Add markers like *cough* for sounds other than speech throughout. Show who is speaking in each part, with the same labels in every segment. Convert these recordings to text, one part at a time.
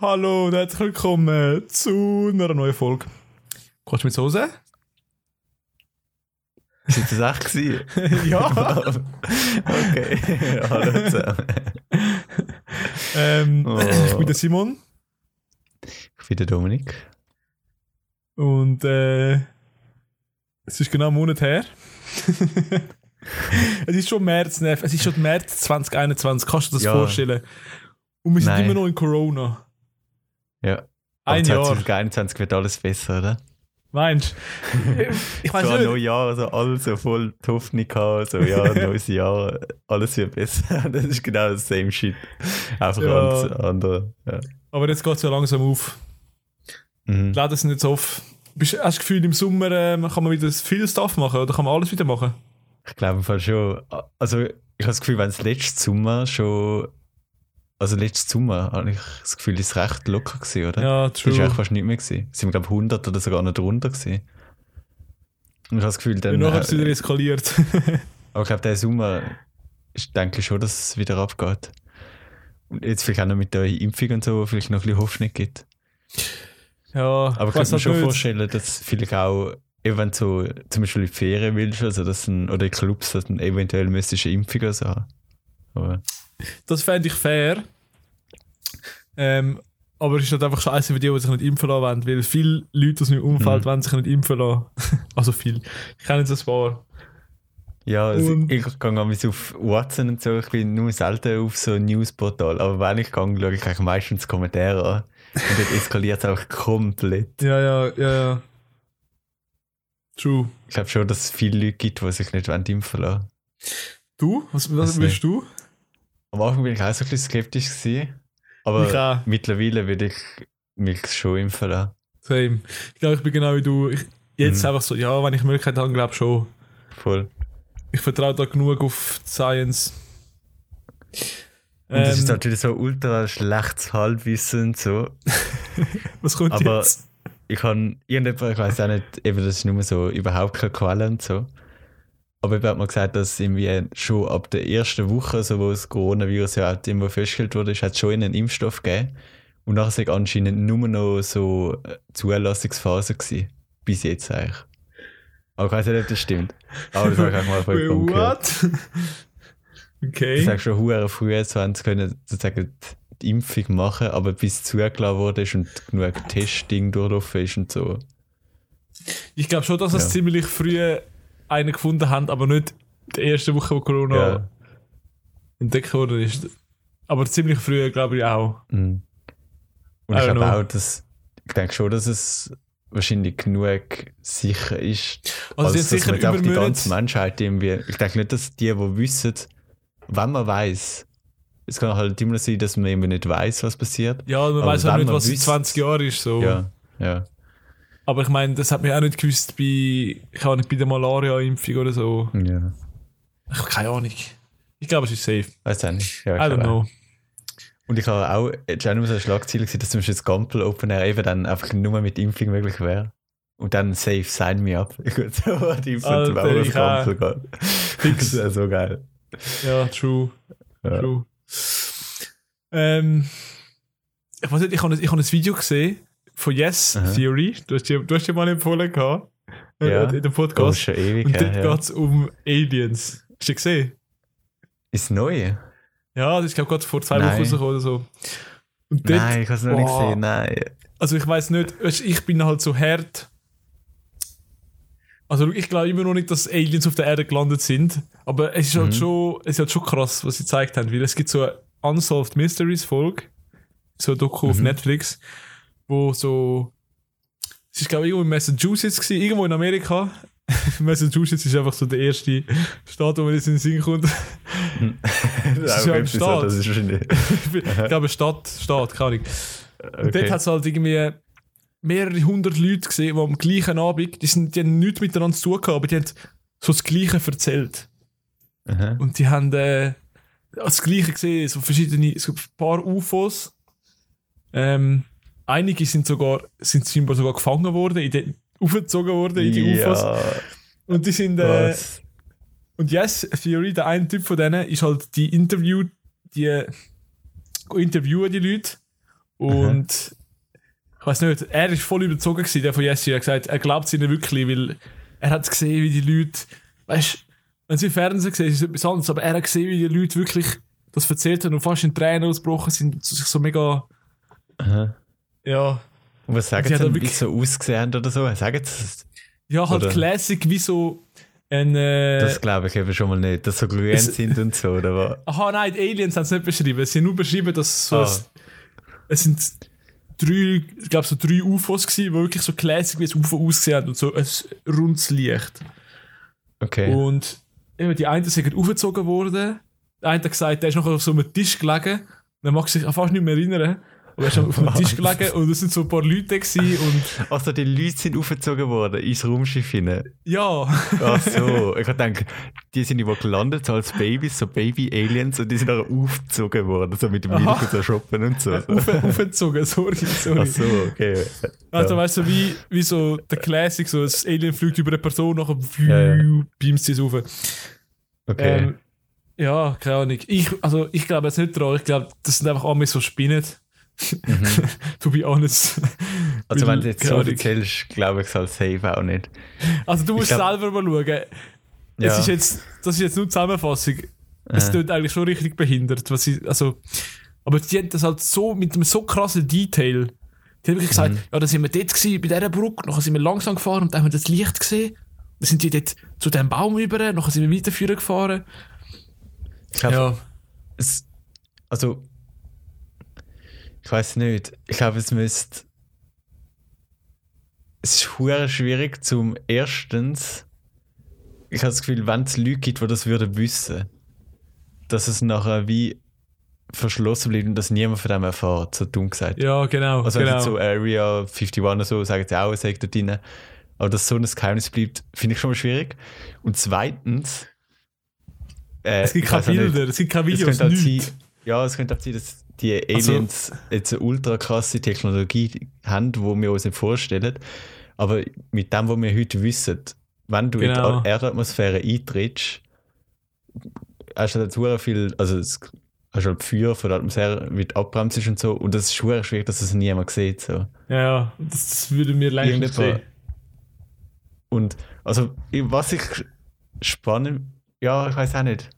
Speaker 1: Hallo und herzlich willkommen zu einer neuen Folge. Kommst du mit Soße?
Speaker 2: Ist das echt gewesen?
Speaker 1: *laughs* *laughs* ja. *laughs*
Speaker 2: Okay, hallo zusammen.
Speaker 1: ähm,
Speaker 2: Oh.
Speaker 1: Ich bin der Simon
Speaker 2: Ich bin der Dominik.
Speaker 1: und äh, es ist genau einen Monat
Speaker 2: *laughs*
Speaker 1: her. es ist schon März, ne? es ist schon März 2021, kannst du dir das
Speaker 2: Ja.
Speaker 1: vorstellen? Und wir sind
Speaker 2: Nein.
Speaker 1: immer noch in Corona.
Speaker 2: Ja.
Speaker 1: Ein Jahr.
Speaker 2: 2021 wird alles besser, oder?
Speaker 1: Meinst du?
Speaker 2: *laughs*
Speaker 1: Ich weiß
Speaker 2: so ein
Speaker 1: nicht.
Speaker 2: neues Jahr, also alle so voll die Hoffnung haben,
Speaker 1: *laughs*
Speaker 2: so ja, neues Jahr, alles wird besser. *laughs* Das ist genau das same shit. Einfach
Speaker 1: Ja.
Speaker 2: alles andere. Ja.
Speaker 1: Aber jetzt geht es ja langsam auf.
Speaker 2: Mhm.
Speaker 1: Die Läden sind jetzt offen. Bist, hast du das Gefühl, im Sommer ähm, kann man wieder viel Stuff machen oder kann man alles wieder machen?
Speaker 2: Ich glaube im Fall schon. Also ich habe das Gefühl, wenn es letztes Sommer schon, also letztes Sommer, habe ich das Gefühl, ist es recht locker gewesen, oder?
Speaker 1: Ja,
Speaker 2: Das war
Speaker 1: true.
Speaker 2: eigentlich fast nicht mehr. Gewesen. Es sind, glaube ich, 100 oder sogar noch drunter. Gewesen. Und ich habe das Gefühl, dann.
Speaker 1: Und nachher ist es wieder
Speaker 2: äh,
Speaker 1: eskaliert. *laughs*
Speaker 2: aber ich glaube, der Sommer, ich denke schon, dass es wieder abgeht. Und jetzt vielleicht auch noch mit der Impfung und so, vielleicht noch ein bisschen Hoffnung gibt.
Speaker 1: ja,
Speaker 2: Aber ich
Speaker 1: weiss
Speaker 2: könnte mir
Speaker 1: halt
Speaker 2: schon
Speaker 1: nicht.
Speaker 2: vorstellen, dass vielleicht auch, eben wenn du so, zum Beispiel in die Ferien willst, also dass ein, oder in Clubs, dass dann eventuell müsstest du eine Impfung oder so haben. Aber,
Speaker 1: Das fände ich fair. Ähm, aber es ist halt einfach scheiße für die, die sich nicht impfen lassen wollen, weil viele Leute aus meinem Umfeld
Speaker 2: Mhm.
Speaker 1: wollen sich nicht impfen lassen. *laughs* also viel. Ich kenne jetzt ein paar.
Speaker 2: ja, also
Speaker 1: Und-
Speaker 2: ich gehe manchmal auf Watson und so, ich bin nur selten auf so Newsportal, aber wenn ich gehe, schaue ich eigentlich meistens die Kommentare an. Und dort eskaliert es einfach komplett.
Speaker 1: Ja, ja, ja, ja. True.
Speaker 2: Ich glaube schon, dass es viele Leute gibt, die sich nicht wollen impfen lassen.
Speaker 1: Du? Was,
Speaker 2: Weiß
Speaker 1: was willst du?
Speaker 2: Am Anfang bin ich auch so ein bisschen skeptisch gewesen, aber
Speaker 1: Ich auch.
Speaker 2: mittlerweile würde ich mich schon impfen lassen.
Speaker 1: Same. Ich glaube, ich bin genau wie du. Ich, jetzt
Speaker 2: Mhm.
Speaker 1: einfach so, ja, wenn ich Möglichkeit habe, glaube ich schon.
Speaker 2: Voll.
Speaker 1: Ich vertraue da genug auf die Science.
Speaker 2: Und das ist halt
Speaker 1: Ähm,
Speaker 2: natürlich so ultra schlechtes Halbwissen und so.
Speaker 1: was kommt
Speaker 2: aber-
Speaker 1: jetzt?
Speaker 2: Ich habe irgendjemand, ich weiß auch nicht, eben das ist nur so überhaupt keine Quelle und so. Aber ich habe mal gesagt, dass irgendwie schon ab der ersten Woche, so wo das Coronavirus ja halt irgendwo festgestellt wurde, ist, hat es schon einen Impfstoff gegeben. Und nachher sind anscheinend nur noch so äh, Zulassungsphase gewesen. Bis jetzt eigentlich. Aber ich weiß nicht, ob das stimmt. Aber das habe ich einfach mal
Speaker 1: Wait,
Speaker 2: vollkommen gehört.
Speaker 1: What? *laughs*
Speaker 2: Ich
Speaker 1: okay.
Speaker 2: sage schon, hure früh, 20 können sozusagen die Impfung machen, aber bis zugelassen wurde ist und genug Testing durchlaufen ist und so.
Speaker 1: Ich glaube schon, dass es
Speaker 2: Ja.
Speaker 1: ziemlich früh einen gefunden haben, aber nicht die erste Woche, wo Corona
Speaker 2: Ja.
Speaker 1: entdeckt worden ist. Aber ziemlich früh, glaube ich, auch.
Speaker 2: Mhm. Und
Speaker 1: I
Speaker 2: ich
Speaker 1: don't
Speaker 2: glaube
Speaker 1: know.
Speaker 2: auch, dass ich denke schon, dass es wahrscheinlich genug sicher ist.
Speaker 1: Also,
Speaker 2: als
Speaker 1: sie
Speaker 2: dass
Speaker 1: sind sicher
Speaker 2: man jetzt
Speaker 1: über
Speaker 2: einfach die
Speaker 1: Monate.
Speaker 2: ganze Menschheit irgendwie. Ich denke nicht, dass die, die wissen, wenn man weiß, es kann halt immer sein, dass man eben nicht weiß, was passiert.
Speaker 1: Ja, man
Speaker 2: Aber
Speaker 1: weiß auch
Speaker 2: wenn
Speaker 1: nicht,
Speaker 2: man
Speaker 1: was in
Speaker 2: wüsste-
Speaker 1: 20 Jahren ist. So.
Speaker 2: Ja, ja.
Speaker 1: Aber ich meine, das hat mir auch nicht gewusst bei, ich auch nicht, bei der Malaria-Impfung oder so.
Speaker 2: ja.
Speaker 1: Ich habe keine Ahnung. Ich glaube, es ist safe.
Speaker 2: Weiß auch nicht. Ja,
Speaker 1: I
Speaker 2: ich
Speaker 1: don't
Speaker 2: glaube auch.
Speaker 1: know.
Speaker 2: Und ich habe auch, es war auch nur so ein Schlagziel, gewesen, dass zum Beispiel das Gampel Open Air eben dann einfach nur mit Impfung möglich wäre. Und dann safe, sign me up. *laughs* Gut, so war die Impfung zum
Speaker 1: Alter,
Speaker 2: Beispiel
Speaker 1: ich auch.
Speaker 2: Gampel geht. *laughs*
Speaker 1: Fix.
Speaker 2: Das wäre so geil.
Speaker 1: Ja, true.
Speaker 2: Ja.
Speaker 1: True. Ähm, ich weiß nicht, ich habe ein, ich habe ein Video gesehen von Yes
Speaker 2: Aha.
Speaker 1: Theory. Du hast die, du hast die mal empfohlen gehabt. äh,
Speaker 2: Ja.
Speaker 1: In dem
Speaker 2: Das ist
Speaker 1: Podcast.
Speaker 2: schon ewig
Speaker 1: Und dort
Speaker 2: her. Ja.
Speaker 1: geht es um Aliens. Hast du die gesehen?
Speaker 2: Ist neu?
Speaker 1: Ja, das ist glaube ich gerade vor zwei
Speaker 2: Nein.
Speaker 1: Wochen rausgekommen oder so. Und dort, Oh.
Speaker 2: Nein, ich habe es noch nicht
Speaker 1: Boah.
Speaker 2: gesehen. Nein.
Speaker 1: *laughs* also ich weiß nicht, weißt du, ich bin halt so hart. Also ich glaube immer noch nicht, dass Aliens auf der Erde gelandet sind. Aber es ist halt
Speaker 2: Mhm.
Speaker 1: schon, es ist halt schon krass, was sie gezeigt haben, weil es gibt so eine Unsolved Mysteries Folge, so ein Doku auf
Speaker 2: Mhm.
Speaker 1: Netflix, wo so, es ist glaube ich irgendwo in Massachusetts gewesen, irgendwo in Amerika. *laughs* Massachusetts ist einfach so der erste Staat, wo man jetzt in den Sinn kommt.
Speaker 2: Das
Speaker 1: ist ja im Staat.
Speaker 2: Das ist wahrscheinlich.
Speaker 1: ich glaube Stadt, Staat, keine Ahnung. Und dort
Speaker 2: Okay.
Speaker 1: hat es halt irgendwie mehrere hundert Leute gesehen, die am gleichen Abend, die, sind, die haben nichts miteinander zu tun gehabt, aber die haben so das Gleiche erzählt.
Speaker 2: Aha.
Speaker 1: Und die haben äh, das Gleiche gesehen, so verschiedene, es gibt ein paar UFOs. Ähm, einige sind sogar, sind scheinbar sogar gefangen worden, in den, aufgezogen worden in die um UFOs.
Speaker 2: Ja,
Speaker 1: Und die sind, äh,
Speaker 2: was?
Speaker 1: und Yes Theory, der eine Typ von denen, ist halt die Interview, die äh, interviewen die Leute Und ich weiß nicht, er ist voll überzogen gewesen, der von Jesse. Er hat gesagt, er glaubt es ihnen wirklich, weil er hat gesehen, wie die Leute, weißt du, wenn sie im Fernsehen gesehen ist es etwas anderes, aber er hat gesehen, wie die Leute wirklich das erzählt haben und fast in Tränen ausgebrochen sind, und sich so mega,
Speaker 2: Aha.
Speaker 1: ja,
Speaker 2: Und was sagen
Speaker 1: Sie
Speaker 2: sie,
Speaker 1: hat
Speaker 2: denn,
Speaker 1: da
Speaker 2: wie
Speaker 1: wirklich-
Speaker 2: sie so ausgesehen haben oder so? Sagen sie das?
Speaker 1: ja, halt
Speaker 2: Oder-
Speaker 1: Classic wie so ein, äh,
Speaker 2: Das glaube ich eben schon mal nicht, dass sie so glühend
Speaker 1: es-
Speaker 2: sind und so, oder was?
Speaker 1: aha, nein, die Aliens haben es nicht beschrieben. Sie haben nur beschrieben, dass es so
Speaker 2: Ah.
Speaker 1: ein, es sind drei, ich glaube so drei UFOs gewesen, die wirklich so classic wie ein UFO ausgesehen haben und so ein rundes Licht.
Speaker 2: Okay.
Speaker 1: Und eben die einen sind aufgezogen worden. Der eine hat gesagt, der ist noch auf so einem Tisch gelegen. Dann mag sich an fast nicht mehr erinnern. Aber er ist
Speaker 2: *laughs*
Speaker 1: auf einem Tisch gelegen und es sind so ein paar Leute gewesen und
Speaker 2: Also die Leute sind aufgezogen worden ins Raumschiff hinein.
Speaker 1: ja, *laughs*
Speaker 2: Ach so. ich denke, die sind irgendwo gelandet, so als Babys, so Baby-Aliens und die sind dann aufgezogen worden, so mit dem
Speaker 1: Aha.
Speaker 2: Milch und so shoppen und
Speaker 1: *laughs*
Speaker 2: so.
Speaker 1: auf, aufgezogen, sorry, sorry.
Speaker 2: Ach so, okay.
Speaker 1: Also weißt du, wie, wie so der Classic, so das Alien fliegt über eine Person, nachher
Speaker 2: Ja,
Speaker 1: ja. beamst sie es rauf.
Speaker 2: Okay.
Speaker 1: Ähm, ja, keine Ahnung. Ich, also, ich glaube jetzt nicht dran. Ich glaube, das sind einfach Amis, so spinnen. *laughs* to be honest.
Speaker 2: Mhm. also
Speaker 1: Weil-
Speaker 2: wenn du jetzt
Speaker 1: keine
Speaker 2: so
Speaker 1: Ahnung.
Speaker 2: erzählst, glaube ich, soll safe auch nicht.
Speaker 1: Also du musst
Speaker 2: glaub-
Speaker 1: selber mal schauen. Es
Speaker 2: Ja.
Speaker 1: ist jetzt, das ist jetzt nur die Zusammenfassung. Es
Speaker 2: Äh.
Speaker 1: tut eigentlich schon richtig behindert. Was sie, also, aber die haben das halt so mit einem so krassen Detail. Die haben wirklich gesagt,
Speaker 2: Mhm.
Speaker 1: ja, da sind wir dort gewesen, bei dieser Brücke, nachher sind wir langsam gefahren und dann haben wir das Licht gesehen. Dann sind die dort zu dem Baum über, nachher sind wir weiterführen gefahren.
Speaker 2: Ich glaube, es, also ich weiß nicht. Ich glaube, es müsste es ist hure schwierig zum erstens ich habe das Gefühl, wenn es Leute gibt, die das würden wissen, dass es nachher wie verschlossen bleibt und dass niemand von dem erfährt, so dumm gesagt.
Speaker 1: Ja, genau.
Speaker 2: also wenn
Speaker 1: genau.
Speaker 2: sie zu Area 51 oder so sagen sie auch, es sagt dort rein. Aber dass so ein Geheimnis bleibt, finde ich schon mal schwierig. Und zweitens äh,
Speaker 1: es gibt
Speaker 2: ich
Speaker 1: keine
Speaker 2: weiss auch nicht.
Speaker 1: Bilder, es halt gibt keine
Speaker 2: Es
Speaker 1: Videos,
Speaker 2: könnte auch
Speaker 1: nichts.
Speaker 2: sein, ja, es könnte auch sein, dass die
Speaker 1: Also-
Speaker 2: Aliens jetzt eine ultra krasse Technologie haben, die wir uns nicht vorstellen. Aber mit dem, was wir heute wissen, wenn du
Speaker 1: Genau.
Speaker 2: in die Erdatmosphäre eintrittst, hast du halt sehr viel, also es, hast du halt Feuer von der Atmosphäre, wie die abbremst ist und so. Und das ist sehr schwierig, dass es niemand sieht. So.
Speaker 1: Ja, ja, das, das würde mir längst nicht
Speaker 2: Irgendjemand-
Speaker 1: sehen.
Speaker 2: Und also, ich- was ich spannend, ja, ich weiß auch nicht.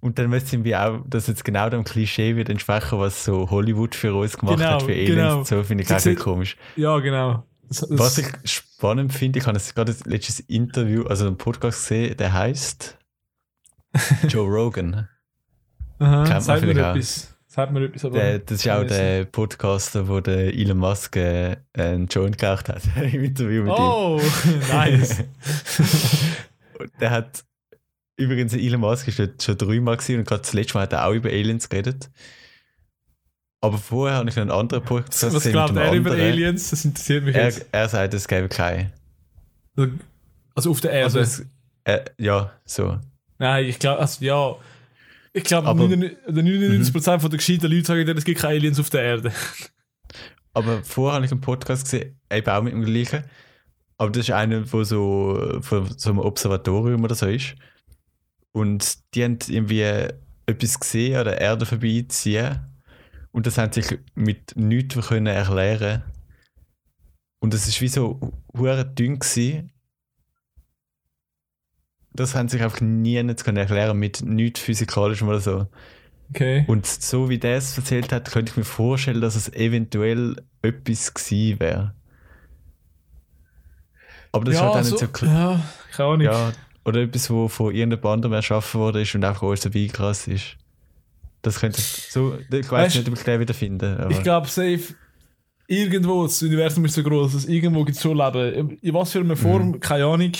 Speaker 2: Und dann müssen wir auch, dass jetzt genau dem Klischee wird entsprechen, was so Hollywood für uns gemacht
Speaker 1: Genau,
Speaker 2: hat, für Aliens.
Speaker 1: genau.
Speaker 2: und So finde ich
Speaker 1: Sie
Speaker 2: auch ein bisschen
Speaker 1: sehen-
Speaker 2: komisch.
Speaker 1: Ja, genau. Das, das,
Speaker 2: Was ich spannend finde, ich habe jetzt gerade das letztes Interview, also einen Podcast gesehen, der heißt Joe
Speaker 1: *laughs*
Speaker 2: Rogan. kennt
Speaker 1: aha,
Speaker 2: man
Speaker 1: sagt mir
Speaker 2: vielleicht auch.
Speaker 1: etwas. Sagt mir etwas, aber...
Speaker 2: Der, das ist auch
Speaker 1: Kann ich
Speaker 2: der Podcaster, wo der Elon Musk äh, einen Joint geraucht hat *laughs* im Interview mit ihm.
Speaker 1: Oh, *laughs*
Speaker 2: *laughs*
Speaker 1: nice.
Speaker 2: Und der hat übrigens Elon Musk ist dort schon dreimal gewesen und gerade das letzte Mal hat er auch über Aliens geredet. Aber vorher habe ich noch einen anderen Podcast
Speaker 1: Was glaubt er über Aliens? Das interessiert mich
Speaker 2: Er,
Speaker 1: jetzt.
Speaker 2: er sagt, es gäbe keine.
Speaker 1: Also auf der Erde.
Speaker 2: Also es, äh, ja, so.
Speaker 1: Nein, ich glaube, also ja. Ich glaube,
Speaker 2: Aber- Mhm.
Speaker 1: 99% von der gescheiten Leute sagen dir, es gibt keine Aliens auf der Erde.
Speaker 2: Aber vorher habe ich einen Podcast gesehen, eben auch mit dem gleichen. Aber das ist einer, wo so von so einem Observatorium oder so ist. Und die haben irgendwie etwas gesehen an der Erde vorbeiziehen. Und das haben sie sich mit nichts können erklären. Und das ist wie so hure dünn gewesen. Das haben sie sich einfach nie können erklären mit nichts physikalischem oder so.
Speaker 1: Okay.
Speaker 2: Und so wie der es erzählt hat, könnte ich mir vorstellen, dass es eventuell etwas gewesen wäre. Aber das ist halt auch nicht
Speaker 1: *clears throat*
Speaker 2: so klar.
Speaker 1: also, Ja, keine Ahnung.
Speaker 2: Ja, oder etwas, wo von irgendeinem anderem erschaffen worden ist und einfach alles dabei krass ist. Das könnte so, ich weiß
Speaker 1: Weißt-
Speaker 2: nicht, ob ich den wiederfinde. Aber
Speaker 1: Ich glaube, safe, irgendwo, das Universum ist so groß, dass irgendwo gibt es schon Leben. In was für einer Form, keine Ahnung.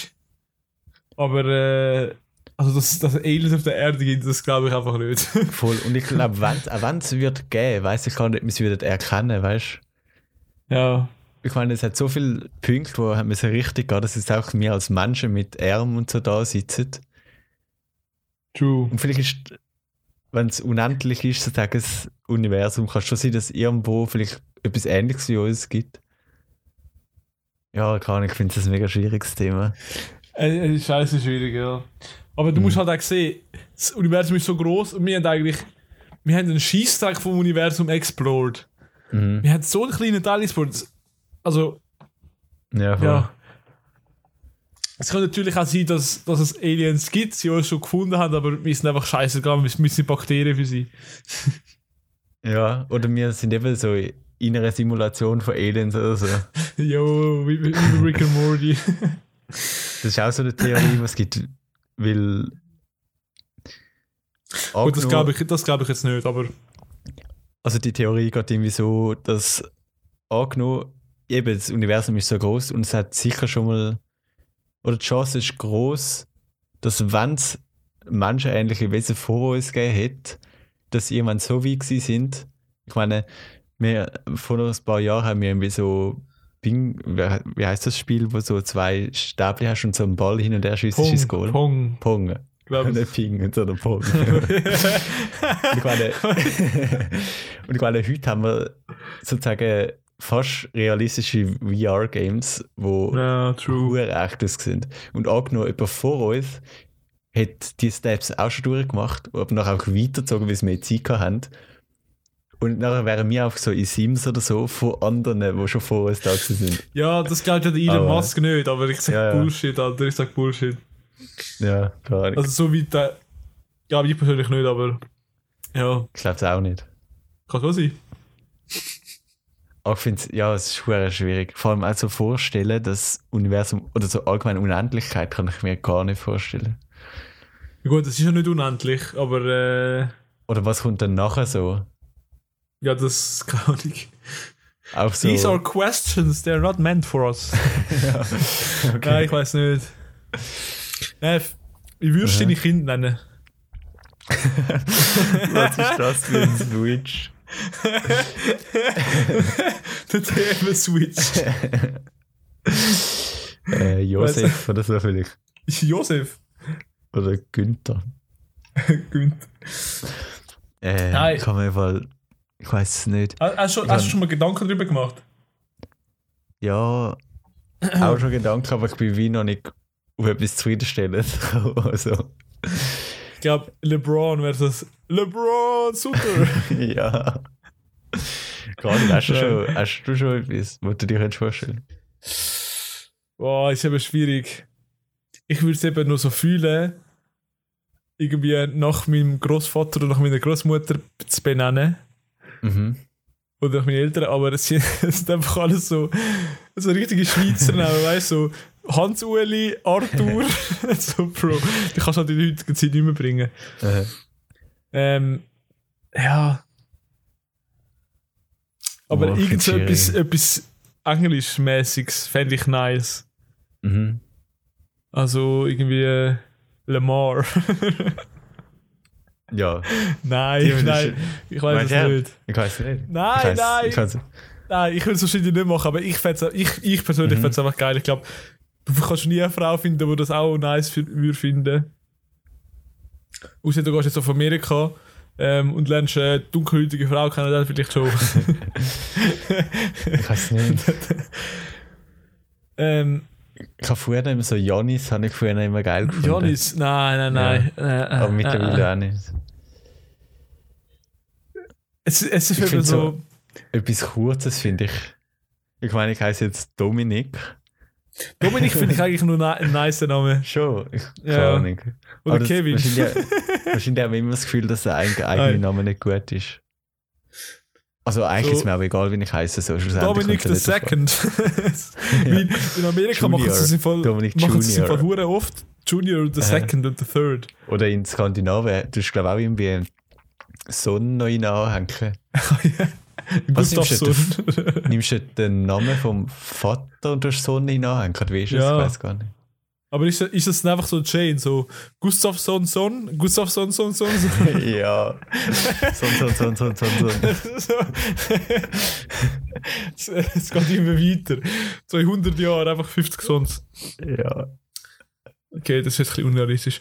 Speaker 1: Aber, äh, also, dass, dass es Aliens auf der Erde gibt, das glaube ich einfach nicht. *laughs*
Speaker 2: voll. Und ich glaube, wenn es auch wenn es wird geben, weiß ich gar nicht, ob wir es würden erkennen, weißt
Speaker 1: ja.
Speaker 2: Ich meine, es hat so viele Punkte, wo haben wir so richtig gehen, dass jetzt auch wir als Menschen mit Arm und so da sitzen.
Speaker 1: True.
Speaker 2: Und vielleicht ist, wenn es unendlich ist, sozusagen das Universum, kann es schon sein, dass irgendwo vielleicht etwas Ähnliches wie uns gibt. Ja, keine Ahnung, ich finde es ein mega schwieriges Thema.
Speaker 1: Es ist Äh, scheiße schwierig, ja. Aber du musst halt auch sehen, das Universum ist so groß und wir haben eigentlich, wir haben einen Scheißdreck vom Universum explored.
Speaker 2: Mhm.
Speaker 1: Wir haben so einen kleinen Teil in Sport. Also,
Speaker 2: Ja, voll.
Speaker 1: ja. Es kann natürlich auch sein, dass, dass es Aliens gibt, sie uns schon gefunden haben, aber wir sind einfach scheiße gegangen, wir müssen Bakterien für sie. *laughs*
Speaker 2: ja. Oder wir sind eben so in einer Simulation von Aliens oder so.
Speaker 1: Jo, wie, wie bei Rick and Morty.
Speaker 2: Das ist auch so eine Theorie, was es gibt, weil.
Speaker 1: Gut, das
Speaker 2: Angenommen-
Speaker 1: glaube ich, das glaub ich jetzt nicht, aber
Speaker 2: Also die Theorie geht irgendwie so, dass angenommen, eben das Universum ist so groß und es hat sicher schon mal, oder die Chance ist groß, dass wenn es menschenähnliche Wesen vor uns gegeben hätte, dass jemand so wie sie sind. Ich meine, wir, vor ein paar Jahren haben wir irgendwie so Bing, wie wie heißt das Spiel, wo so zwei Stäbchen hast und so einen Ball hin und her schießt, ist es Goal.
Speaker 1: Pong,
Speaker 2: Pong. *laughs*
Speaker 1: glaube ich.
Speaker 2: Nicht Ping, sondern
Speaker 1: *laughs*
Speaker 2: Pong. Und ich meine, *laughs* und ich meine, heute haben wir sozusagen fast realistische VR-Games, wo
Speaker 1: ja, true.
Speaker 2: pure echtes sind. Und angenommen, jemand vor uns hat die Steps auch schon durchgemacht, aber nachher auch weitergezogen, weil wir mehr Zeit gehabt haben. Und nachher wären wir auch so in Sims oder so von anderen, die schon vor uns da gewesen sind.
Speaker 1: Ja, das glaubt ja der Elon
Speaker 2: Aber-
Speaker 1: Musk nicht, aber ich sag
Speaker 2: Ja, ja.
Speaker 1: Bullshit, Alter, ich sag Bullshit.
Speaker 2: Ja, keine Ahnung.
Speaker 1: Also so weit, äh, ja, ich persönlich nicht, aber ja,
Speaker 2: ich glaube es auch nicht.
Speaker 1: kann schon sein.
Speaker 2: Aber ich finde ja, es ist schwer schwierig. Vor allem auch so vorstellen, das Universum oder so allgemeine Unendlichkeit kann ich mir gar nicht vorstellen.
Speaker 1: Ja, gut, das ist ja nicht unendlich, aber äh,
Speaker 2: Oder was kommt dann nachher so?
Speaker 1: ja, das *laughs* keine Ahnung.
Speaker 2: Auch so.
Speaker 1: These are questions, they're not meant for
Speaker 2: *laughs*
Speaker 1: us.
Speaker 2: okay.
Speaker 1: Nein, ich weiß nicht. Nein, f- ich würde
Speaker 2: Aha.
Speaker 1: deine Kinder
Speaker 2: *laughs*
Speaker 1: nennen.
Speaker 2: Was ist *laughs* das für ein Switch?
Speaker 1: Der Thema Switch. *laughs*
Speaker 2: Äh, Josef oder so vielleicht.
Speaker 1: Josef.
Speaker 2: Oder Günther.
Speaker 1: Günther.
Speaker 2: Äh,
Speaker 1: Nein.
Speaker 2: Kann man mal. Ich weiß es nicht.
Speaker 1: Hast, hast, schon,
Speaker 2: Ich
Speaker 1: hast du
Speaker 2: hab-
Speaker 1: schon mal Gedanken darüber gemacht?
Speaker 2: Ja, auch schon Gedanken, aber ich bin wie noch nicht auf etwas zufriedenstellend. *laughs* also,
Speaker 1: Ich glaube, LeBron versus LeBron Sutter.
Speaker 2: *laughs* ja. Gar nicht. Hast du,
Speaker 1: Nein.
Speaker 2: schon, hast du schon etwas, was du dir kannst vorstellen
Speaker 1: Boah, ist eben schwierig. Ich würde es eben nur so fühlen, irgendwie nach meinem Großvater oder nach meiner Großmutter zu benennen.
Speaker 2: Mhm.
Speaker 1: Oder nach meinen Eltern, aber es sind, *laughs* es sind einfach alles so, so richtige Schweizer Namen, weißt du? So Hans-Ueli, Arthur, *laughs* so Bro. Die kannst du halt in der heutigen Zeit nicht mehr bringen.
Speaker 2: Äh,
Speaker 1: Ähm, ja. Aber
Speaker 2: Boah, find's
Speaker 1: irgendetwas
Speaker 2: schwierig.
Speaker 1: etwas Englischmäßiges fände ich nice.
Speaker 2: mhm.
Speaker 1: Also irgendwie äh, Lamar.
Speaker 2: Ja.
Speaker 1: *laughs* nein,
Speaker 2: Die-
Speaker 1: nein, ich weiß es
Speaker 2: Meinst du?
Speaker 1: nicht.
Speaker 2: Ich weiß nicht.
Speaker 1: Nein,
Speaker 2: ich weiss-
Speaker 1: nein.
Speaker 2: Ich weiss-
Speaker 1: Nein, ich würde es wahrscheinlich nicht machen, aber ich, fänd's- ich, ich persönlich
Speaker 2: Mhm.
Speaker 1: fände es einfach geil. Ich glaube, du kannst nie eine Frau finden, die das auch nice fi- würde finden. Außer du gehst jetzt auf Amerika ähm, und lernst eine dunkelhäutige Frau kennen, dann vielleicht
Speaker 2: *laughs*
Speaker 1: schon.
Speaker 2: ich weiß nicht.
Speaker 1: *laughs* ähm,
Speaker 2: Ich habe früher immer so Janis, habe ich früher immer geil gefunden.
Speaker 1: Jonis, nein, nein, nein. Äh, äh,
Speaker 2: Aber
Speaker 1: äh, äh.
Speaker 2: mittlerweile auch nicht.
Speaker 1: Es, es ist
Speaker 2: Ich
Speaker 1: eben
Speaker 2: find's
Speaker 1: so.
Speaker 2: Etwas Kurzes finde ich. Ich meine, ich heiße jetzt Dominik.
Speaker 1: Dominik finde ich eigentlich nur na- ein nicer Name.
Speaker 2: Schon, ich
Speaker 1: Ja.
Speaker 2: keine Ahnung.
Speaker 1: Oder
Speaker 2: Aber das-
Speaker 1: Kevin. *laughs*
Speaker 2: Wahrscheinlich, wahrscheinlich haben wir immer das Gefühl, dass der eigene eigene
Speaker 1: Nein.
Speaker 2: Name nicht gut ist. Also eigentlich
Speaker 1: So.
Speaker 2: ist mir aber egal, wie ich heiße. So, schlussendlich
Speaker 1: Dominik
Speaker 2: kommt
Speaker 1: the
Speaker 2: es nicht drauf an.
Speaker 1: Second.
Speaker 2: *laughs*
Speaker 1: Wie in Amerika machen sie es im Fall,
Speaker 2: Dominik
Speaker 1: machen sie es im Fall
Speaker 2: Junior.
Speaker 1: hure oft. Junior, the
Speaker 2: Aha.
Speaker 1: second und the third.
Speaker 2: Oder in Skandinavien, du hast glaube auch irgendwie einen Sohn noch nachhängen. Was nimmst du
Speaker 1: Gustafsson.
Speaker 2: Nimmst du den Namen vom Vater und tust Sohn nachhängen? Oder Wie ist das?
Speaker 1: Ja.
Speaker 2: Ich weiß gar nicht.
Speaker 1: *laughs* Aber ist, ist das einfach so ein Chain? So Gustafsson, Son, Gustafsson, Son, Son. Son.
Speaker 2: *laughs* ja. Sohn, Sohn, Sohn, Sohn, Sohn, Sohn.
Speaker 1: So. es, es geht immer weiter. So in 100 Jahren einfach 50 Sons.
Speaker 2: Ja.
Speaker 1: Okay, das ist jetzt ein bisschen unrealistisch.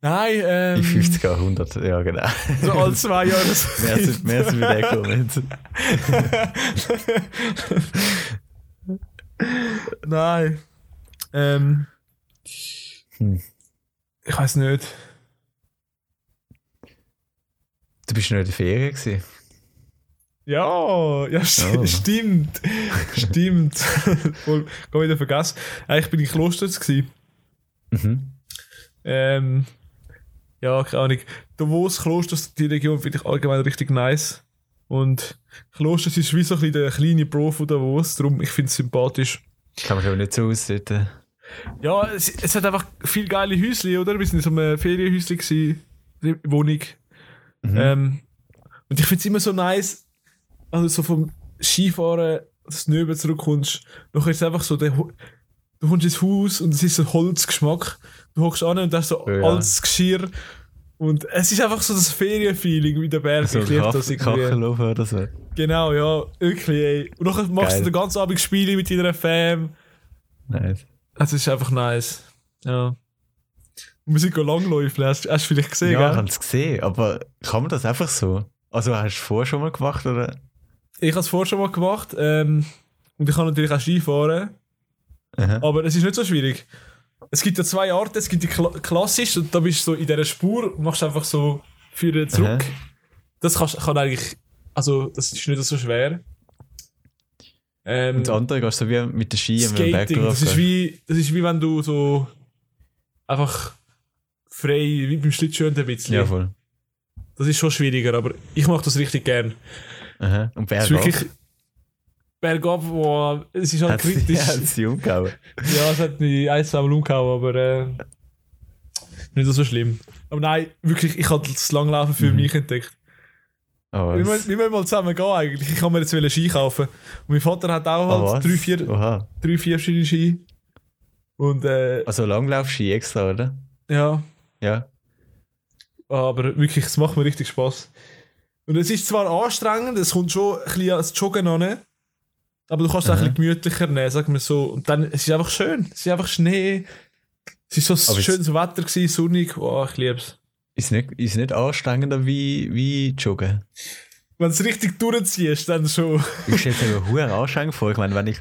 Speaker 1: Nein, ähm.
Speaker 2: In 50 er 100, ja genau.
Speaker 1: So alle zwei Jahre.
Speaker 2: *laughs* Mehr als, mehr als mit dem Comment.
Speaker 1: Nein. Ähm.
Speaker 2: Hm.
Speaker 1: Ich weiß nicht.
Speaker 2: Du bist noch in der Ferien gewesen.
Speaker 1: Ja, ja st
Speaker 2: Oh.
Speaker 1: stimmt. stimmt. *laughs* Voll, gar wieder vergessen. Eigentlich bin ich Klosters gewesen.
Speaker 2: Mhm.
Speaker 1: Ähm, ja, keine Ahnung. Davos, Klosters, die Region finde ich allgemein richtig nice. Und Klosters ist wie so ein bisschen der kleine Bro von Davos, darum ich finde es sympathisch.
Speaker 2: Kann man schon nicht so ausdrücken.
Speaker 1: Ja, es, es hat einfach viel geile Häusli, oder? Wir sind in so einem Ferienhäusli, gewesen, Wohnung.
Speaker 2: Mhm.
Speaker 1: Ähm, und ich finde es immer so nice, wenn du so vom Skifahren das Nöbel zurückkommst. Nachher ist es einfach so, der, Ho- du kommst ins Haus und es ist so Holzgeschmack. Du hockst an und hast so
Speaker 2: Ja.
Speaker 1: altes Geschirr. Und es ist einfach so das Ferienfeeling wie der Berg.
Speaker 2: So
Speaker 1: ich liebe das
Speaker 2: Kach-
Speaker 1: irgendwie.
Speaker 2: Kachelofen oder so.
Speaker 1: Genau, ja, wirklich. Ey. Und nachher machst
Speaker 2: Geil.
Speaker 1: du den ganzen Abend Spiele mit deiner Fam.
Speaker 2: Nice.
Speaker 1: Es ist einfach nice. Ja. Wir sind gehen langläufen, hast hast du vielleicht gesehen,
Speaker 2: Ja, ich
Speaker 1: gell?
Speaker 2: habe es gesehen, aber kann man das einfach so? Also hast du es vorher schon mal gemacht oder?
Speaker 1: Ich habe es vorher schon mal gemacht ähm, und ich kann natürlich auch Skifahren,
Speaker 2: Aha.
Speaker 1: aber es ist nicht so schwierig. Es gibt ja zwei Arten, es gibt die Kla klassisch und da bist du so in dieser Spur und machst einfach so Führer zurück.
Speaker 2: Aha.
Speaker 1: Das kannst, kann eigentlich, also das ist nicht so schwer. Ähm,
Speaker 2: Und das andere gehst du so wie mit den Ski im
Speaker 1: Skating, das ist,
Speaker 2: wie
Speaker 1: wie, das ist wie wenn du so einfach frei, wie beim Schlittschuhen ein bisschen.
Speaker 2: Ja, voll.
Speaker 1: Das ist schon schwieriger, aber ich mache das richtig gern.
Speaker 2: Aha. Und
Speaker 1: Es
Speaker 2: wer
Speaker 1: ist wirklich bergab, wo es ist halt
Speaker 2: hat
Speaker 1: *laughs*
Speaker 2: sie, *laughs*
Speaker 1: kritisch.
Speaker 2: hat sie umgehauen.
Speaker 1: Ja, es hat mich ein, zwei Mal umgehauen, aber äh, nicht so schlimm. Aber nein, wirklich, ich habe das Langlaufen für
Speaker 2: Mhm.
Speaker 1: mich entdeckt.
Speaker 2: Oh,
Speaker 1: Wir,
Speaker 2: was?
Speaker 1: müssen- wir müssen mal zusammen gehen eigentlich. Ich kann mir jetzt wollen Ski kaufen. Und mein Vater hat
Speaker 2: Oh,
Speaker 1: auch
Speaker 2: was?
Speaker 1: halt drei, vier,
Speaker 2: Oha.
Speaker 1: drei, vier verschiedene Ski. Und äh,
Speaker 2: Also Langlaufski extra, oder?
Speaker 1: ja,
Speaker 2: Ja.
Speaker 1: aber wirklich, es macht mir richtig Spaß. Und es ist zwar anstrengend, es kommt schon ein bisschen ans Joggen an, aber du kannst es auch ein
Speaker 2: Aha.
Speaker 1: bisschen gemütlicher nehmen, sagen wir so. Und dann, es ist einfach schön, es ist einfach Schnee, es war so
Speaker 2: Aber
Speaker 1: ein
Speaker 2: es-
Speaker 1: schönes Wetter, gewesen, sonnig, oh, ich liebe es.
Speaker 2: Ist nicht, ist nicht anstrengender wie, wie Joggen.
Speaker 1: Wenn du es richtig durchziehst, dann schon.
Speaker 2: Ich stelle mir hohen anstrengend vor. Ich meine, wenn ich,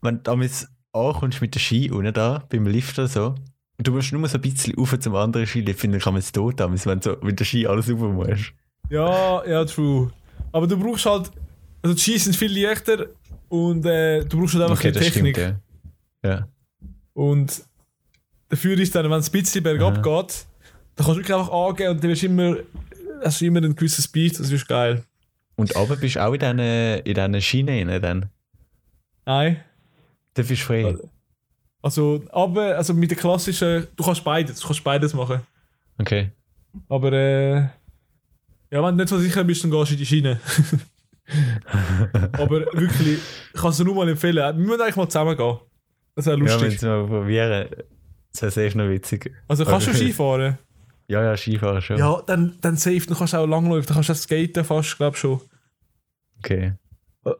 Speaker 2: wenn du damit ankommst mit der Ski unten da, beim Lift oder so, und du musst nur so ein bisschen rauf zum anderen Skilift, dann kann man es tot haben, wenn du so mit der Ski alles rauf musst.
Speaker 1: Ja, ja, true. Aber du brauchst halt, also die Skis sind viel leichter und äh, du brauchst halt einfach die Technik.
Speaker 2: stimmt, ja. ja.
Speaker 1: Und dafür ist dann, wenn es ein bisschen bergab
Speaker 2: Aha.
Speaker 1: geht, dann kannst du wirklich einfach angehen und dann wirst du immer, hast du immer einen gewissen Speed, das ist geil.
Speaker 2: Und aber bist du auch in diesen in diesen Schienen rein dann.
Speaker 1: Nein.
Speaker 2: Da bist du frei.
Speaker 1: Also, aber, also mit der klassischen, du kannst beides, du kannst beides machen.
Speaker 2: Okay.
Speaker 1: Aber, äh, ja, wenn du nicht so sicher bist, dann gehst du in die
Speaker 2: *laughs*
Speaker 1: Schiene. aber wirklich, ich kann es dir nur mal empfehlen. Wir müssen eigentlich mal zusammen gehen. Das wäre
Speaker 2: Ja, wenn
Speaker 1: lustig.
Speaker 2: es mal probieren. Das ist echt noch witzig.
Speaker 1: also kannst du
Speaker 2: *laughs* Okay.
Speaker 1: Skifahren?
Speaker 2: Ja, ja, Skifahren schon.
Speaker 1: Ja, dann, dann safe, dann kannst du auch langlaufen, dann kannst du auch skaten fast, glaube ich schon.
Speaker 2: Okay.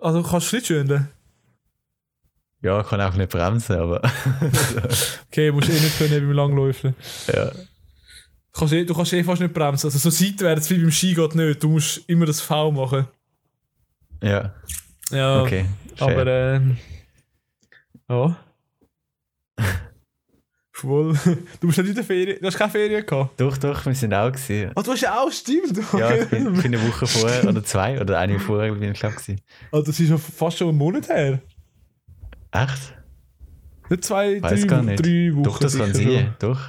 Speaker 1: Also kannst du Schlittschuhen?
Speaker 2: Ja, ich kann auch nicht bremsen, aber. *laughs*
Speaker 1: Okay, musst eh nicht können beim Langläufen.
Speaker 2: ja.
Speaker 1: Du kannst, eh, du kannst eh fast nicht bremsen. Also so seitwärts wie beim Ski geht nicht. Du musst immer das V machen.
Speaker 2: Ja,
Speaker 1: Ja,
Speaker 2: okay.
Speaker 1: aber
Speaker 2: fair.
Speaker 1: ähm, ja. Voll. *laughs* Du bist nicht in der Ferien, du hast keine Ferien gehabt.
Speaker 2: doch, doch, wir sind
Speaker 1: *laughs*
Speaker 2: auch gewesen.
Speaker 1: Ah, du hast ja auch, stimmt.
Speaker 2: Ja, ich bin, ich bin eine
Speaker 1: *laughs*
Speaker 2: Woche vorher oder zwei oder eine Woche vorher bin ich glaube gewesen.
Speaker 1: Ah, das ist ja fast schon einen Monat her.
Speaker 2: Echt?
Speaker 1: Nicht zwei,
Speaker 2: Weiß
Speaker 1: drei,
Speaker 2: gar
Speaker 1: Wo-
Speaker 2: nicht.
Speaker 1: drei Wochen.
Speaker 2: doch, das kann
Speaker 1: sicher
Speaker 2: sein. Doch.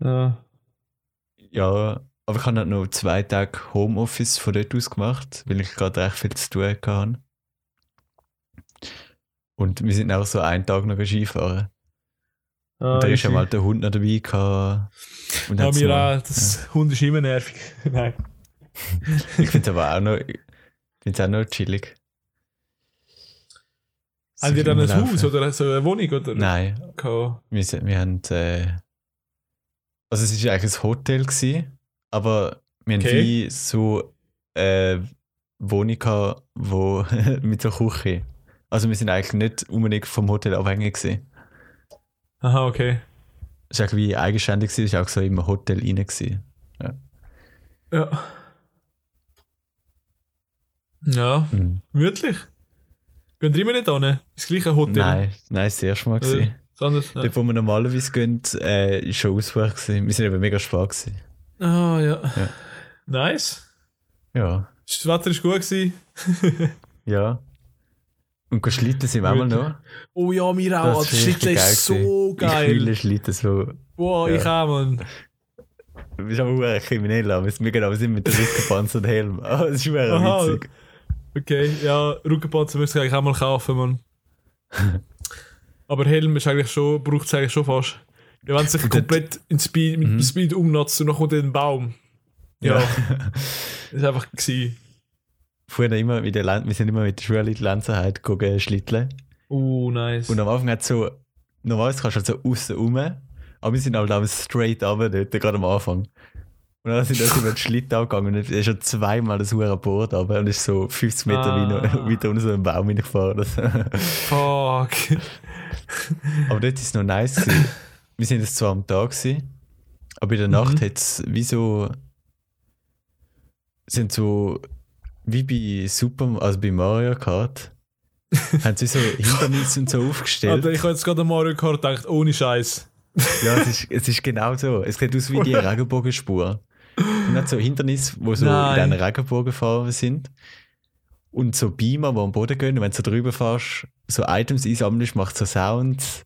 Speaker 1: schon. Ja.
Speaker 2: Ja, aber ich habe halt noch zwei Tage Homeoffice von dort aus gemacht, weil ich gerade recht viel zu tun hatte. Und wir sind auch so einen Tag noch Skifahren.
Speaker 1: Ah,
Speaker 2: Und da ist ja
Speaker 1: easy.
Speaker 2: mal der Hund noch dabei. Gehabt. Und
Speaker 1: Ja,
Speaker 2: hat's
Speaker 1: mir
Speaker 2: noch-
Speaker 1: auch. Das Hund ist immer nervig. *laughs* Nein.
Speaker 2: Ich finde es aber auch noch, ich find's auch noch chillig.
Speaker 1: Haben die dann ein
Speaker 2: rumlaufen.
Speaker 1: Haus oder so eine Wohnung? Oder?
Speaker 2: Nein,
Speaker 1: Keine.
Speaker 2: wir, sind- wir haben. Äh, also, es war eigentlich ein Hotel, gewesen, aber wir haben
Speaker 1: Okay.
Speaker 2: wie so eine Wohnung gehabt, wo *laughs* mit so Küche. Also, wir sind eigentlich nicht unbedingt vom Hotel abhängig. Gewesen.
Speaker 1: Aha, okay.
Speaker 2: Es war eigentlich wie eigenständig, gewesen, es war auch so im Hotel rein. Gewesen.
Speaker 1: Ja. Ja,
Speaker 2: Mhm.
Speaker 1: wirklich. Gehen wir immer nicht hin? Das gleiche Hotel?
Speaker 2: Nein, nein, das erste Mal.
Speaker 1: Oder
Speaker 2: Gewesen.
Speaker 1: was anderes? Ja.
Speaker 2: Dort, wo wir normalerweise gehen, äh, ist schon ausgebucht. gewesen. Wir sind eben mega spät. Gewesen.
Speaker 1: Ah, ja.
Speaker 2: Ja.
Speaker 1: Ah, Nice.
Speaker 2: Ja,
Speaker 1: Das Wetter war gut. Gewesen.
Speaker 2: Ja. Und go schlitten sind wir auch mal noch.
Speaker 1: Oh ja, mir auch. Das, das
Speaker 2: richtig
Speaker 1: Schlitteln ist
Speaker 2: geil
Speaker 1: so
Speaker 2: Ich
Speaker 1: geil.
Speaker 2: fühle Schlitten so.
Speaker 1: Wow,
Speaker 2: Ja.
Speaker 1: ich auch, Mann.
Speaker 2: Du bist aber verdammt kriminell, aber wir gehen aber sind mit der Rückenpanzer und Helm. *laughs* Ah, das ist verdammt
Speaker 1: Aha.
Speaker 2: witzig.
Speaker 1: Okay, ja, Rückenpanzer müsste ich eigentlich auch mal kaufen, Mann.
Speaker 2: *laughs*
Speaker 1: Aber Helm ist eigentlich schon, braucht es eigentlich schon fast. Ja, wenn es sich
Speaker 2: Und dort-
Speaker 1: komplett in Speed, mit
Speaker 2: Mhm.
Speaker 1: Speed umnutzt und dann kommt ein Baum. Ja, *laughs* ist einfach gewesen.
Speaker 2: Früher immer mit der Lan wir sind immer mit der Schule in die Lanzerheit gegangen, schlitteln.
Speaker 1: Oh, nice.
Speaker 2: Und am Anfang hat so, normalerweise kannst du halt so außen rum, aber wir sind halt auch straight runter dort, gerade am Anfang. Und dann sind wir so über den Schlitten abgegangen und es ist schon zweimal das hure Board runter und ist so 50 Meter
Speaker 1: Ah.
Speaker 2: ah. weiter unter so einem Baum hingefahren. *laughs* oder so.
Speaker 1: Fuck.
Speaker 2: aber dort ist es noch nice gewesen. Wir sind jetzt zwar am Tag gewesen, aber in der Nacht hat es wie so, sind so, wie bei Super, also bei Mario Kart, haben sie so Hindernisse und so aufgestellt.
Speaker 1: Alter, ich habe jetzt gerade an Mario Kart gedacht, ohne Scheiß.
Speaker 2: Ja, es ist, es ist genau so. Es sieht aus wie die Regenbogenspur. Und hat so Hindernisse, wo so
Speaker 1: Nein.
Speaker 2: in diesen Regenbogenfarben sind. Und so Beamer, die am Boden gehen. Und wenn du so drüber fährst, so Items einsammelst, macht so Sounds.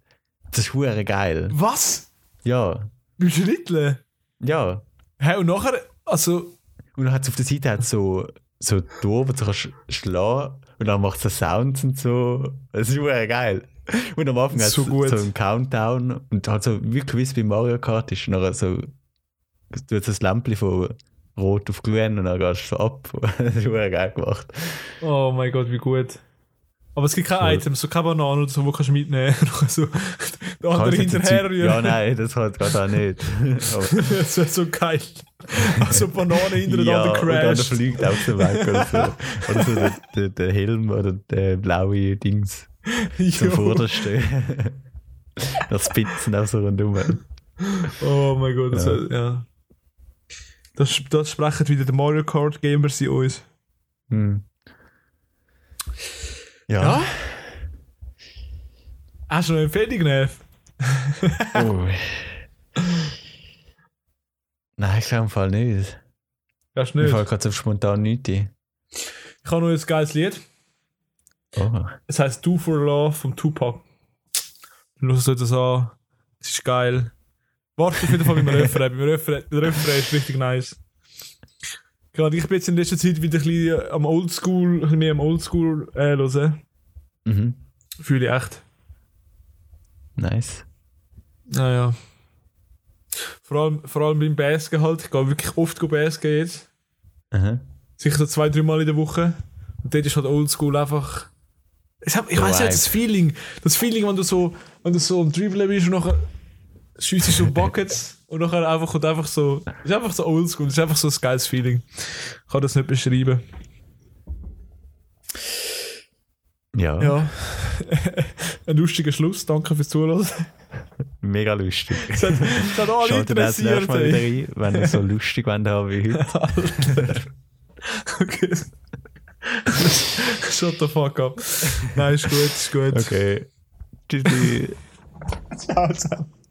Speaker 2: Das ist hure geil.
Speaker 1: Was?
Speaker 2: Ja,
Speaker 1: Beim Schlitteln?
Speaker 2: ja.
Speaker 1: Hä, und nachher, also,
Speaker 2: Und dann hat es auf der Seite hat's so, so Tore, wo du kannst schlagen und dann macht es so Sounds und so. Das ist super geil. Und am Anfang hat es
Speaker 1: So
Speaker 2: so,
Speaker 1: gut.
Speaker 2: einen Countdown und halt so wirklich wie es bei Mario Kart ist. Und dann so, du hast das Lämpchen von rot auf grün und dann gehst du so ab. *laughs* Das ist super geil gemacht.
Speaker 1: oh mein Gott, wie gut. Aber es gibt keine
Speaker 2: Voll.
Speaker 1: Items, so keine Banane oder so, wo kannst du mitnehmen *laughs* kannst. so, der andere
Speaker 2: Kannst jetzt
Speaker 1: hinterher
Speaker 2: dazu- Ja,
Speaker 1: rühren.
Speaker 2: nein, das geht gerade auch
Speaker 1: *laughs*
Speaker 2: nicht. *laughs* Aber,
Speaker 1: das wäre so geil. Also Banane
Speaker 2: ja,
Speaker 1: hintereinander
Speaker 2: und dann
Speaker 1: crashed.
Speaker 2: fliegt auch so weg oder
Speaker 1: *laughs*
Speaker 2: so. Oder so der, der, der Helm oder der blaue Dings. zum
Speaker 1: *laughs* Jo.
Speaker 2: Vordersten. das Spitzen auf so rundum.
Speaker 1: Oh mein Gott, das,
Speaker 2: Ja.
Speaker 1: wär- ja. Das, das sprechen wieder die Mario Kart Gamers in uns.
Speaker 2: Hm. Ja.
Speaker 1: Hast du noch eine Empfehlung, Neff?
Speaker 2: Oh. Nein, ich glaube im Fall nicht.
Speaker 1: Hast du
Speaker 2: Mir
Speaker 1: nicht?
Speaker 2: fällt gerade so spontan nichts ein.
Speaker 1: Ich habe noch ein geiles Lied.
Speaker 2: Oh.
Speaker 1: Es heißt Do for Love vom Tupac. Los euch das an. Es ist geil. Warte auf jeden Fall beim Refrain. beim Refrain, der Refrain ist richtig nice. Gerade ich bin jetzt in letzter Zeit wieder ein bisschen am Oldschool, ein bisschen mehr am Oldschool äh, hören.
Speaker 2: Mhm.
Speaker 1: Fühle ich echt.
Speaker 2: Nice.
Speaker 1: Naja. Vor allem, vor allem beim Basken halt. Ich gehe wirklich oft go Basken jetzt.
Speaker 2: Aha.
Speaker 1: Sicher so zwei, drei Mal in der Woche. Und dort ist halt Oldschool einfach. Ich, hab, ich
Speaker 2: Der
Speaker 1: weiß nicht,
Speaker 2: Vibe.
Speaker 1: das Feeling. Das Feeling, wenn du so, wenn du so am Dribbeln bist und nachher schießt du so
Speaker 2: *laughs*
Speaker 1: Buckets und nachher einfach kommt einfach so. Ist einfach so Oldschool. Ist einfach so ein geiles Feeling. Ich kann das nicht beschreiben.
Speaker 2: Ja,
Speaker 1: Ja. *laughs* Ein lustiger Schluss. Danke fürs Zuhören. *laughs*
Speaker 2: mega lustig.
Speaker 1: Das hat, das hat alle
Speaker 2: Schaut das nächste
Speaker 1: interessiert.
Speaker 2: Mal wieder
Speaker 1: ey.
Speaker 2: rein, wenn ihr so lustig wollt haben wie heute.
Speaker 1: *laughs* Okay. *laughs* Shut the fuck up. Nein, ist gut, ist gut.
Speaker 2: Okay. Tschüssi.
Speaker 1: Ciao, ciao.